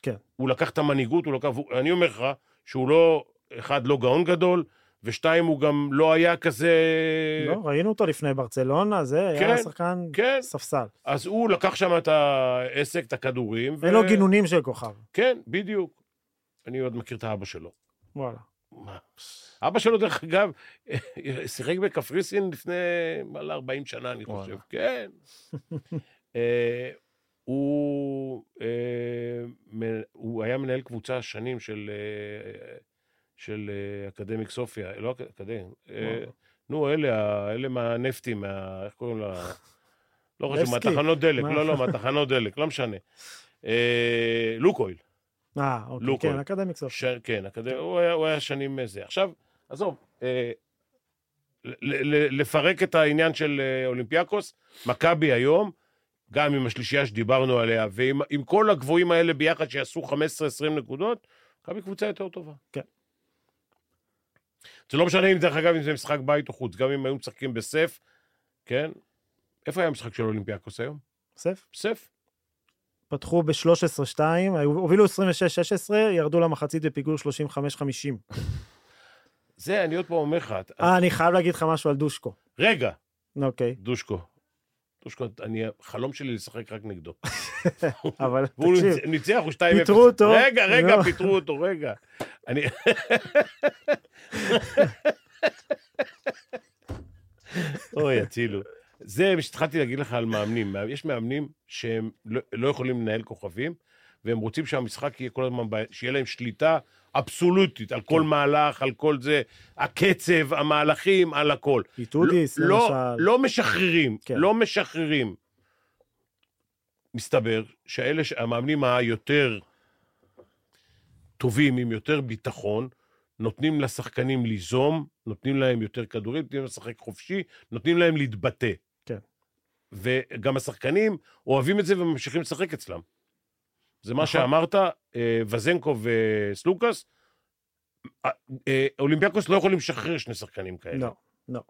S4: כן.
S1: הוא לקח את המנהיגות, הוא לקח... והוא- אני אומר לך שהוא לא, אחד, לא גאון גדול, ושתיים, הוא גם לא היה כזה...
S4: לא, ראינו אותו לפני ברצלונה, זה היה
S1: כן,
S4: שחקן
S1: כן,
S4: ספסל.
S1: אז הוא לקח שם את העסק, את הכדורים. ו-
S4: אין לו גינונים של כוכב,
S1: כן, בדיוק. אני עוד מכיר את האבא שלו.
S4: וואלה.
S1: מה? אבא שלו, דרך אגב, שיחק בקפריסין לפני מעלה 40 שנה, אני
S3: וואלה.
S1: חושב. כן. אה, הוא, אה, מ- הוא היה מנהל קבוצה שנים של, אה, של אה, אקדמיק סופיה, לא אק- אקדמי, אה,
S4: וואו.
S1: נו, אלה, ה- אלה מהנפטי, מה... איך קוראים לה? לא חשוב,
S4: לבסקי?
S1: מהתחנות דלק,
S4: מה?
S1: לא, לא, מהתחנות דלק, לא משנה. אה, לוקויל.
S4: אה, אוקיי,
S1: לוקו.
S4: כן, אקדמיק סוף.
S1: ש... כן, הקד... הוא, היה, הוא היה שנים אה, זה. עכשיו, עזוב, אה, ל- ל- לפרק את העניין של אה, אולימפיאקוס, מכבי היום, גם עם השלישייה שדיברנו עליה, ועם עם כל הגבוהים האלה ביחד שיעשו 15-20 נקודות, מכבי קבוצה יותר טובה.
S4: כן.
S1: זה לא משנה אם, דרך אגב, אם זה משחק בית או חוץ, גם אם היו משחקים בסף, כן? איפה היה המשחק של אולימפיאקוס היום?
S4: סף.
S1: בסף?
S4: פתחו ב-13-2, הובילו 26-16, ירדו למחצית בפיגור 35-50.
S1: זה, אני עוד פעם אומר לך, את-
S4: אה, אני חייב להגיד לך משהו על דושקו.
S1: רגע,
S4: אוקיי,
S1: דושקו. דושקו, אני, חלום שלי לשחק רק נגדו.
S4: אבל
S1: והוא
S4: תקשיב,
S1: ניצ- ניצח, הוא 2-0.
S4: פיטרו אותו.
S1: רגע, רגע,
S4: לא.
S1: פיטרו אותו, רגע. אני... אוי, הצילו. זה מה שהתחלתי להגיד לך על מאמנים. יש מאמנים שהם לא- לא יכולים לנהל כוכבים, והם רוצים שהמשחק יהיה כל הזמן, ב- שיהיה להם שליטה אבסולוטית על
S4: כן.
S1: כל מהלך, על כל זה, הקצב, המהלכים, על הכל.
S4: איטודיס,
S1: לא,
S4: למשל.
S1: לא, לא משחררים,
S4: כן.
S1: כן. לא משחררים. מסתבר שאלה, ש- המאמנים היותר טובים, עם יותר ביטחון, נותנים לשחקנים ליזום, נותנים להם יותר כדורים, נותנים להם לשחק חופשי, נותנים להם להתבטא.
S4: כן.
S1: וגם השחקנים אוהבים את זה וממשיכים לשחק אצלם. זה מה
S4: נכון.
S1: שאמרת, אה, וזנקו וסלוקאס, אה, אה, אולימפיאקוס לא יכולים לשחרר שני שחקנים כאלה.
S4: לא, לא.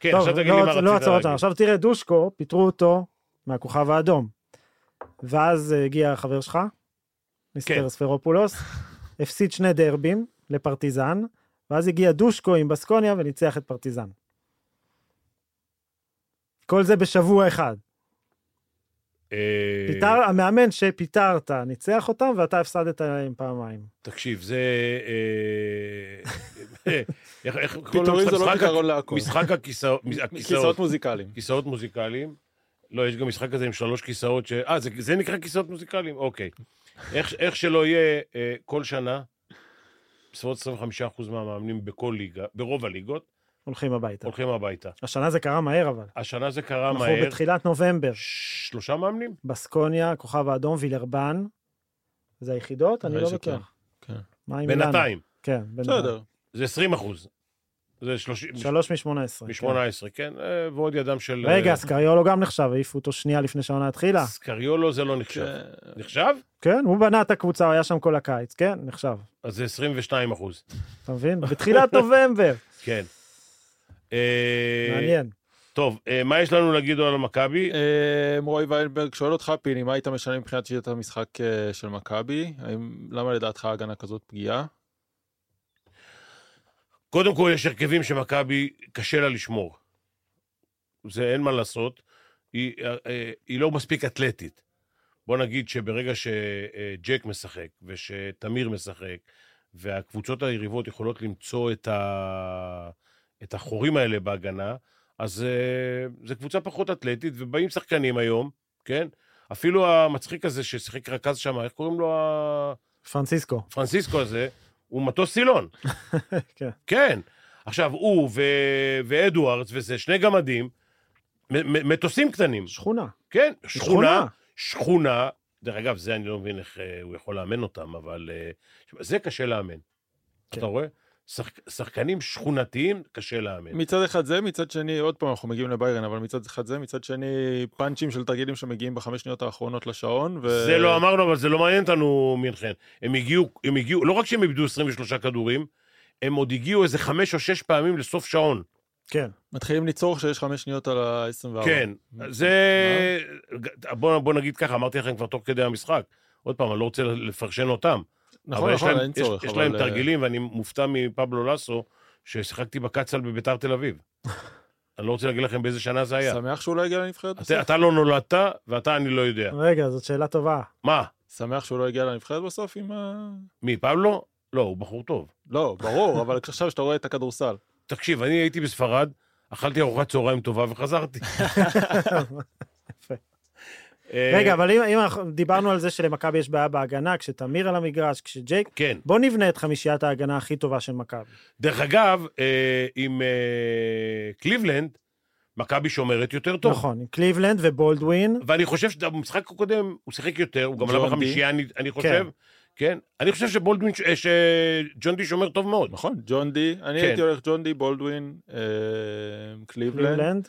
S1: כן,
S4: טוב,
S1: עכשיו תגיד
S4: לא,
S1: לי מה רצית
S4: לא עצור אותנו.
S1: להגיד.
S4: עכשיו תראה, דושקו, פיטרו אותו מהכוכב האדום. ואז אה, הגיע החבר שלך, מיסטר
S1: כן.
S4: ספרופולוס, הפסיד שני דרבים לפרטיזן, ואז הגיע דושקו עם בסקוניה וניצח את פרטיזן. כל זה בשבוע אחד.
S1: אה,
S4: פיטר, המאמן שפיטרת ניצח אותם, ואתה הפסדת להם פעמיים.
S1: תקשיב, זה... אה, אה, איך- איך קוראים
S3: פיטורים זה
S1: למשחק?
S3: לא
S1: משחק
S3: פתרון
S1: ה-
S3: להכל.
S1: משחק הכיסאות, מ-
S3: כיסאות
S1: הכיסאות,
S3: מוזיקליים.
S1: כיסאות מוזיקליים. לא, יש גם משחק כזה עם שלוש כיסאות ש... אה, זה- זה נקרא כיסאות מוזיקליים? אוקיי. איך- איך שלא יהיה, אה, כל שנה, בסביבות 25% מהמאמנים בכל ליגה, ברוב הליגות,
S4: הולכים הביתה.
S1: הולכים הביתה.
S4: השנה זה קרה מהר, אבל.
S1: השנה זה קרה
S4: אנחנו
S1: מהר.
S4: בתחילת נובמבר.
S1: שלושה מאמנים?
S4: בסקוניה, הכוכב האדום, וילרבן. זה היחידות? אני
S3: נראה
S4: לא
S3: לי שכן.
S4: בטוח.
S3: כן.
S4: מה עם אילנה?
S1: בינתיים.
S4: כן, בינתיים.
S3: בסדר.
S1: זה 20 אחוז. זה 30...
S4: שלוש משמונה עשרה. כן.
S1: מ-18, כן, אה, ועוד ידם של...
S4: רגע,
S1: אה,
S4: סקריולו גם נחשב, העיפו אותו שנייה לפני שהעונה התחילה.
S1: סקריולו זה לא נחשב.
S3: כן.
S1: נחשב?
S4: כן, הוא בנה את הקבוצה, הוא היה שם כל הקיץ, כן, נחשב.
S1: אז זה 22 אחוז.
S4: אתה מבין? בתחילת נובמבר.
S1: כן. אה,
S4: מעניין.
S1: טוב, אה, מה יש לנו להגיד על מכבי?
S3: אה, רועי ויינברג שואל אותך, פיני, מה היית משנה מבחינת שיטת המשחק אה, של מכבי? האם- למה לדעתך ההגנה כזאת פגיעה?
S1: קודם כל, יש הרכבים שמכבי קשה לה לשמור. זה אין מה לעשות. היא, אה, אה, היא לא מספיק אתלטית. בוא נגיד שברגע שג'ק משחק, ושתמיר משחק, והקבוצות היריבות יכולות למצוא את, ה... את החורים האלה בהגנה, אז אה, זו קבוצה פחות אתלטית, ובאים שחקנים היום, כן? אפילו המצחיק הזה ששיחק רכז שם, איך קוראים לו? ה-
S4: פרנסיסקו.
S1: פרנסיסקו הזה, הוא מטוס סילון.
S4: כן.
S1: כן. עכשיו, הוא ו... ואדוארדס, וזה שני גמדים, מ- מ- מטוסים קטנים.
S4: שכונה.
S1: כן,
S4: שכונה.
S1: שכונה, שכונה. דרך אגב, זה אני לא מבין איך אה, הוא יכול לאמן אותם, אבל אה, שמע, זה קשה לאמן.
S4: כן.
S1: אתה רואה? שחק- שחקנים שכונתיים קשה לאמן.
S3: מצד אחד זה, מצד שני, עוד פעם אנחנו מגיעים לביירן, אבל מצד אחד זה, מצד שני, פאנצ'ים של תרגילים שמגיעים בחמש שניות האחרונות לשעון, ו...
S1: זה לא אמרנו, אבל זה לא מעניין אותנו, מינכן. הם הגיעו, הם הגיעו, לא רק שהם איבדו 23 כדורים, הם עוד הגיעו איזה חמש או שש פעמים לסוף שעון.
S4: כן.
S3: מתחילים ליצור כשיש חמש שניות על ה-24.
S1: כן, זה... בוא, בוא נגיד ככה, אמרתי לכם כבר תוך כדי המשחק. עוד פעם, אני לא רוצה לפרשן אותם.
S3: נכון,
S1: אבל יש
S3: נכון,
S1: להם-
S3: אין צורך.
S1: יש, יש
S3: אבל,
S1: להם
S3: אה,
S1: תרגילים, ואני מופתע מפבלו לסו, ששיחקתי בקצ"ל בביתר תל אביב. אני לא רוצה להגיד לכם באיזה שנה זה היה.
S3: שמח שהוא לא הגיע לנבחרת בסוף?
S1: אתה, אתה לא נולדת, ואתה אני לא יודע.
S4: רגע, זאת שאלה טובה.
S1: מה?
S3: שמח שהוא לא הגיע לנבחרת בסוף עם ה...
S1: מי, פבלו? לא, הוא בחור טוב.
S3: לא, ברור, אבל עכשיו שאתה רואה את הכדורסל.
S1: תקשיב, אני הייתי בספרד, אכלתי ארוחת צהריים טובה וחזרתי.
S4: רגע,
S1: אה,
S4: אבל אם אם אנחנו- דיברנו על זה שלמכבי יש בעיה בהגנה, כשתמיר על המגרש, כשג'ייק...
S1: כן.
S4: בוא נבנה את חמישיית ההגנה הכי טובה של מכבי.
S1: דרך אגב, אה, עם אה, קליבלנד, מכבי שומרת יותר טוב.
S4: נכון, עם קליבלנד ובולדווין,
S1: ואני חושב שבמשחק הקודם הוא שיחק יותר, הוא גם עלה
S3: ג'ון
S1: בחמישייה, אני, אני חושב. כן. אני חושב שבולדווין, ש- אה, שג'ון די שומר טוב מאוד.
S3: נכון, ג'ון די, אני
S1: כן.
S3: הייתי הולך ג'ון די, בולדווין, אה, קליבלנד.
S4: קליבלנד,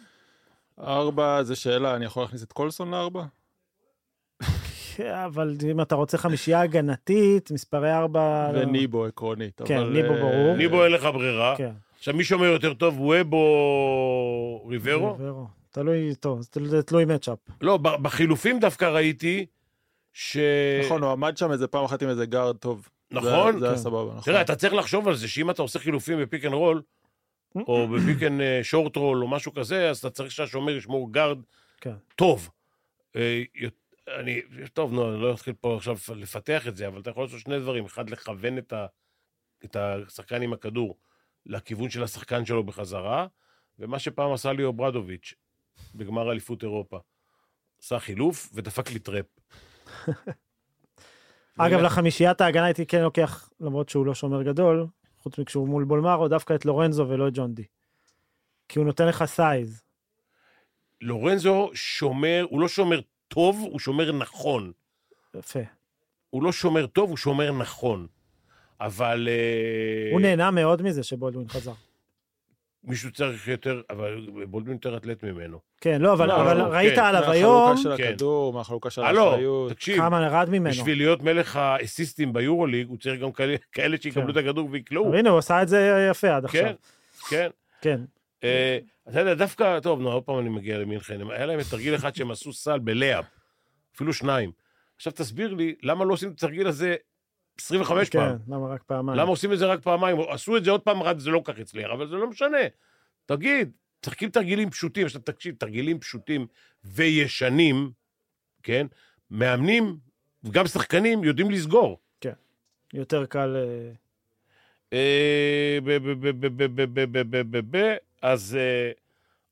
S3: ארבע, זה שאלה, אני יכול להכניס את קולסון לארבע?
S4: אה, כן, אבל אם אתה רוצה חמישייה הגנתית, מספרי ארבע... לא.
S3: וניבו עקרונית.
S4: כן,
S3: אבל,
S4: ניבו
S3: אה,
S4: ברור.
S1: ניבו אין לך ברירה.
S4: כן.
S1: עכשיו, מי שומר יותר טוב, וובו ריברו?
S4: ריברו. תלוי, טוב, זה תל- זה תלוי מצ'אפ.
S1: לא, ב- בחילופים דווקא ראיתי ש...
S3: נכון, הוא עמד שם איזה פעם אחת עם איזה גארד טוב.
S1: אה, נכון?
S3: זה- זה היה
S4: כן.
S3: סבבה, נכון.
S1: תראה, אתה צריך לחשוב על זה, שאם אתה עושה חילופים בפיק אנד רול, או בפיק אנד אה, שורט רול, או משהו כזה, אז אתה צריך שהשומר ישמור גארד
S4: כן.
S1: טוב. אה, י- אני, טוב, נו, אני לא אתחיל פה עכשיו לפתח את זה, אבל אתה יכול לעשות שני דברים. אחד, לכוון את, ה, את השחקן עם הכדור לכיוון של השחקן שלו בחזרה, ומה שפעם עשה לי אוברדוביץ' בגמר אליפות אירופה. עשה חילוף ודפק לי טראפ.
S4: אגב,
S2: ואלה-
S4: לחמישיית ההגנה הייתי כן לוקח, למרות שהוא לא שומר גדול, חוץ מכשהוא מול בולמרו, דווקא את לורנזו ולא את ג'ון די. כי הוא נותן לך סייז.
S1: לורנזו שומר, הוא לא שומר טוב, הוא שומר נכון.
S4: יפה.
S1: הוא לא שומר טוב, הוא שומר נכון. אבל... אה,
S4: הוא נהנה מאוד מזה שבולדווין חזר.
S1: מישהו צריך יותר, אבל בולדווין יותר אתלט ממנו. כן.
S4: כן, לא, אבל
S1: לא,
S4: אבל
S1: לא,
S4: ראית
S1: כן.
S4: עליו היום
S3: מהחלוקה של
S1: כן.
S3: הכדור, מהחלוקה של
S1: הלו,
S3: האחריות.
S1: תקשיב,
S4: כמה ירד ממנו.
S1: בשביל להיות מלך האסיסטים ביורוליג, הוא צריך גם כאלה- כאלה שיקבלו
S4: כן.
S1: את הכדור ויקלעו.
S4: אבל הנה, הוא עשה את זה יפה עד
S1: כן,
S4: עכשיו.
S1: כן.
S4: כן.
S1: אה, אתה יודע, דווקא, טוב, נו, עוד פעם אני מגיע למינכן, הם- היה להם את תרגיל אחד שהם עשו סל בלאפ, אפילו שניים. עכשיו תסביר לי, למה לא עושים את התרגיל הזה 25
S4: כן,
S1: פעם?
S4: למה רק פעמיים?
S1: למה עושים את זה רק פעמיים? עשו את זה עוד פעם אחת, זה לא כל כך הצליח, אבל זה לא משנה. תגיד, משחקים תרגילים פשוטים, עכשיו תקשיב, תרגילים פשוטים וישנים, כן? מאמנים, וגם שחקנים, יודעים לסגור.
S4: יותר קל... אה,
S1: אה, ב- ב- ב- ב- ב- ב- ב- ב- ב- ב- ב- אז אה,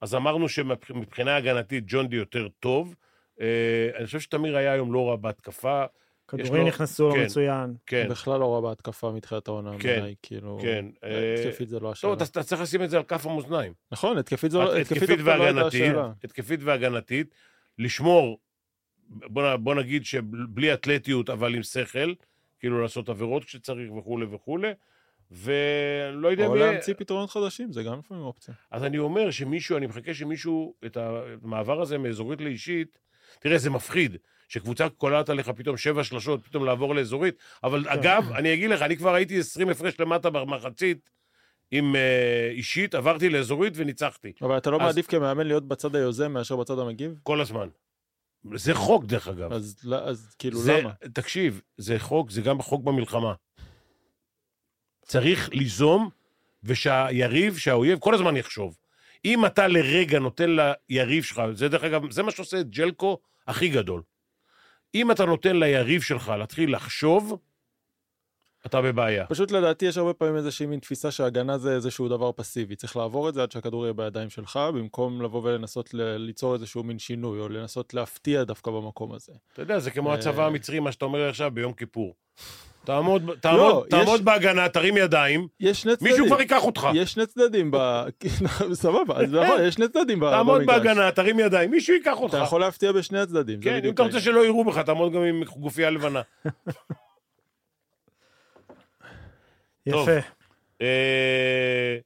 S1: אז אמרנו שמבחינה הגנתית ג'ון די יותר טוב. אה, אני חושב שתמיר היה היום לא רע בהתקפה,
S4: כדורים
S1: לו-
S4: נכנסו
S1: כן.
S4: לו מצוין.
S1: כן,
S3: בכלל לא רע בהתקפה מתחילת העונה,
S1: כן,
S3: בעיניי, כאילו...
S1: כן. אה,
S3: התקפית זה לא
S1: טוב,
S3: השאלה.
S1: אתה אתה צריך לשים את זה על כף המאזניים.
S3: נכון, התקפית זה לא- התקפית
S1: התקפית
S3: דווקא לא הייתה
S1: והגנתית,
S3: השאלה.
S1: התקפית והגנתית, לשמור, בוא, נ- בוא נגיד שבלי אתלטיות אבל עם שכל, כאילו לעשות עבירות כשצריך וכולי וכולי, ואני לא יודע
S3: או
S1: מי...
S3: להמציא פתרונות חדשים, זה גם לפעמים אופציה.
S1: אז אני אומר שמישהו, אני מחכה שמישהו, את המעבר הזה מאזורית לאישית, תראה, זה מפחיד, שקבוצה קולעת עליך פתאום שבע שלשות, פתאום לעבור לאזורית, אבל אגב, אני אגיד לך, אני כבר הייתי 20 הפרש למטה במחצית עם אה, אישית, עברתי לאזורית וניצחתי.
S3: אבל אתה לא
S1: אז-
S3: מעדיף כמאמן להיות בצד היוזם מאשר בצד המגיב?
S1: כל הזמן. זה חוק, דרך אגב.
S3: אז לא- אז כאילו,
S1: זה,
S3: למה?
S1: תקשיב, זה חוק, זה גם חוק במלחמה. צריך ליזום, ושהיריב, שהאויב, כל הזמן יחשוב. אם אתה לרגע נותן ליריב שלך, זה דרך אגב, זה מה שעושה את ג'לקו הכי גדול. אם אתה נותן ליריב שלך להתחיל לחשוב, אתה בבעיה.
S3: פשוט לדעתי יש הרבה פעמים איזושהי מין תפיסה שהגנה זה איזשהו דבר פסיבי. צריך לעבור את זה עד שהכדור יהיה בידיים שלך, במקום לבוא ולנסות ל- ליצור איזשהו מין שינוי, או לנסות להפתיע דווקא במקום הזה.
S1: אתה יודע, זה כמו
S3: אה.
S1: הצבא המצרי, מה שאתה אומר לי עכשיו ביום כיפור. תעמוד, תעמוד,
S3: לא, יש-
S1: תעמוד בהגנה, תרים ידיים,
S3: יש שני צדדים.
S1: מישהו כבר ייקח אותך.
S3: יש שני צדדים ב... סבבה, אז נכון, יש שני צדדים ב-
S1: תעמוד
S3: במגרש.
S1: בהגנה, תרים ידיים, מישהו ייקח אותך.
S3: לא אתה יכול להפתיע בשני הצדדים. זה
S1: כן, אם
S3: בדיוק
S1: אתה רוצה
S3: העניין.
S1: שלא יראו בך, תעמוד גם עם גופייה לבנה. טוב.
S4: יפה.
S1: אה,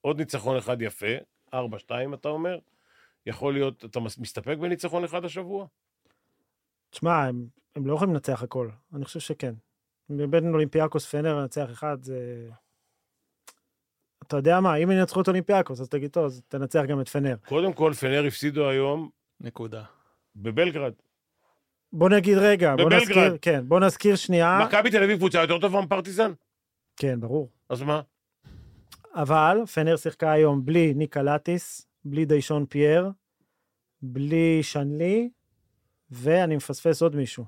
S1: עוד ניצחון אחד יפה, 4-2 אתה אומר. יכול להיות, אתה מס- מסתפק בניצחון אחד השבוע?
S4: תשמע, הם- הם לא יכולים לנצח הכל. אני חושב שכן. בין אולימפיאקוס פנר לנצח אחד, זה... אתה יודע מה, אם ינצחו את אולימפיאקוס, אז תגיד, טוב, אז תנצח גם את פנר.
S1: קודם כל, פנר הפסידו היום
S3: נקודה.
S1: בבלגרד.
S4: בוא נגיד רגע, בוא
S1: בבלגרד.
S4: נזכיר, כן, בוא נזכיר שנייה.
S1: מכבי תל אביב קבוצה יותר טובה מפרטיזן?
S4: כן, ברור.
S1: אז מה?
S4: אבל פנר שיחקה היום בלי ניקלטיס, בלי דיישון פייר, בלי שנלי, ואני מפספס עוד מישהו.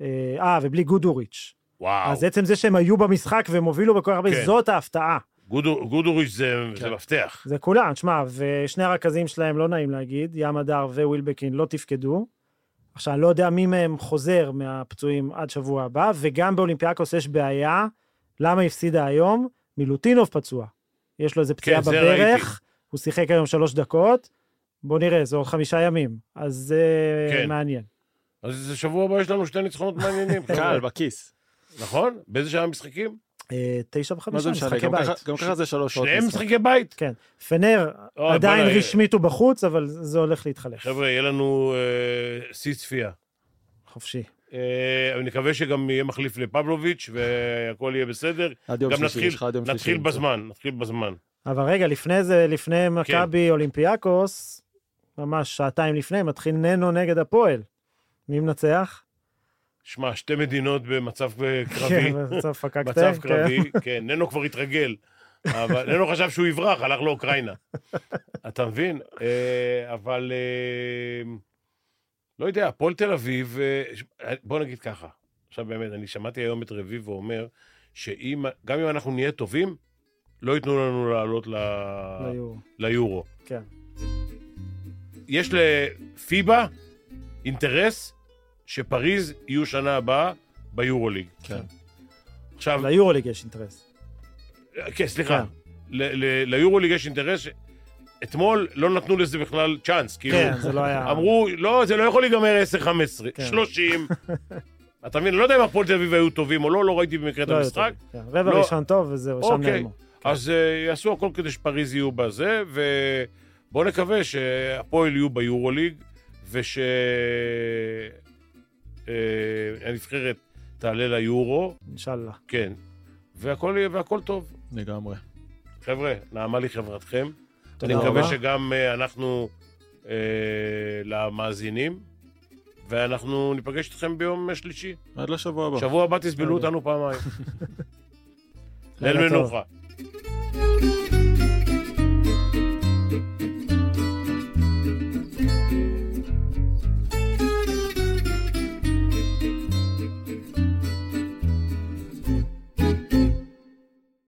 S4: אה, אה, ובלי גודוריץ'.
S1: וואו,
S4: אז עצם זה שהם היו במשחק והם הובילו בכל כך הרבה,
S1: כן.
S4: זאת ההפתעה.
S1: גודו- גודוריץ' זה זה
S3: כן.
S1: מפתח.
S4: זה כולם, שמע, ושני הרכזים שלהם, לא נעים להגיד, ים הדר ווילבקין לא תפקדו. עכשיו, אני לא יודע מי מהם חוזר מהפצועים עד שבוע הבא, וגם באולימפיאקוס יש בעיה, למה הפסידה היום? מילוטינוב פצוע. יש לו איזה פציעה
S1: כן, זה ראיתי.
S4: בברך, הוא שיחק היום שלוש דקות, בוא נראה, זה עוד חמישה ימים, אז זה
S1: כן.
S4: מעניין.
S1: אז זה שבוע הבא יש לנו שתי ניצחונות מעניינים.
S3: קל, בכיס.
S1: נכון? באיזה שעה משחקים?
S4: אה, תשע
S3: מה
S4: וחמישה,
S3: זה משנה?
S4: משחקי
S3: גם
S4: בית.
S3: ככה- גם ככה זה שלוש שעות.
S1: שניהם
S3: משחק.
S1: משחקי בית?
S4: פנר
S1: אוי, בוא
S4: עדיין
S1: נראה.
S4: רשמית הוא בחוץ, אבל זה הולך להתחלף.
S1: אה, חבר'ה, יהיה לנו אה, שיא צפייה.
S4: חופשי.
S1: אה, אני מקווה שגם יהיה מחליף לפבלוביץ' והכל יהיה בסדר.
S3: עד יום
S1: גם
S3: שלישי,
S1: נתחיל-
S3: יש לך עד יום שלישי.
S1: נתחיל
S3: למצוא.
S1: בזמן, נתחיל בזמן.
S4: אבל רגע, לפני זה, לפני
S1: כן.
S4: מכבי אולימפיאקוס, ממש שעתיים לפני, מתחיל ננו נגד הפועל. מי מנצח?
S1: שמע, שתי מדינות במצב אה, קרבי,
S4: מצב פקקת.
S1: מצב
S4: כן.
S1: קרבי, כן, ננו כבר התרגל. אבל ננו חשב שהוא יברח, הלך לאוקראינה. אתה מבין? אה, אבל אה, לא יודע, הפועל תל אביב, אה, ש- בוא נגיד ככה, עכשיו באמת, אני שמעתי היום את רביבו אומר, שאם, גם אם אנחנו נהיה טובים, לא ייתנו לנו לעלות ל... אה.
S4: היו,
S1: ליורו.
S4: כן.
S1: יש לפיבה אינטרס שפריז יהיו שנה הבאה ביורוליג.
S3: כן.
S1: עכשיו,
S4: ליורוליג יש אינטרס.
S1: כן, סליחה.
S4: כן.
S1: ל- ל- ליורוליג יש אינטרס. ש- אתמול לא נתנו לזה בכלל צ'אנס, כאילו.
S4: כן, זה לא היה...
S1: אמרו, לא, זה לא יכול להיגמר 10-15,
S4: כן.
S1: 30. אתה מבין? אני לא יודע אם הפועל תל אביב היו טובים או לא, לא ראיתי במקרה את
S4: לא
S1: המשחק.
S4: יותר. כן, רבע
S1: לא.
S4: ראשון טוב, וזהו, שם
S1: אוקיי.
S4: נעלמו.
S1: אז אה, יעשו הכל כדי שפריז יהיו בזה, ובואו נקווה שהפועל יהיו ביורוליג, ושהנבחרת אה, תעלה ליורו,
S4: אינשאללה.
S1: כן. והכל, יהיה- והכל טוב.
S3: לגמרי.
S1: חבר'ה, נעמה לי חברתכם.
S4: תודה
S1: אני מקווה
S4: רבה.
S1: שגם אה, אנחנו אה, למאזינים, ואנחנו ניפגש איתכם ביום אה, שלישי.
S3: עד לשבוע הבא.
S1: שבוע הבא תסבלו
S4: אוקיי.
S1: אותנו פעמיים.
S4: לילה
S1: ליל
S4: טוב.
S1: מנוחה.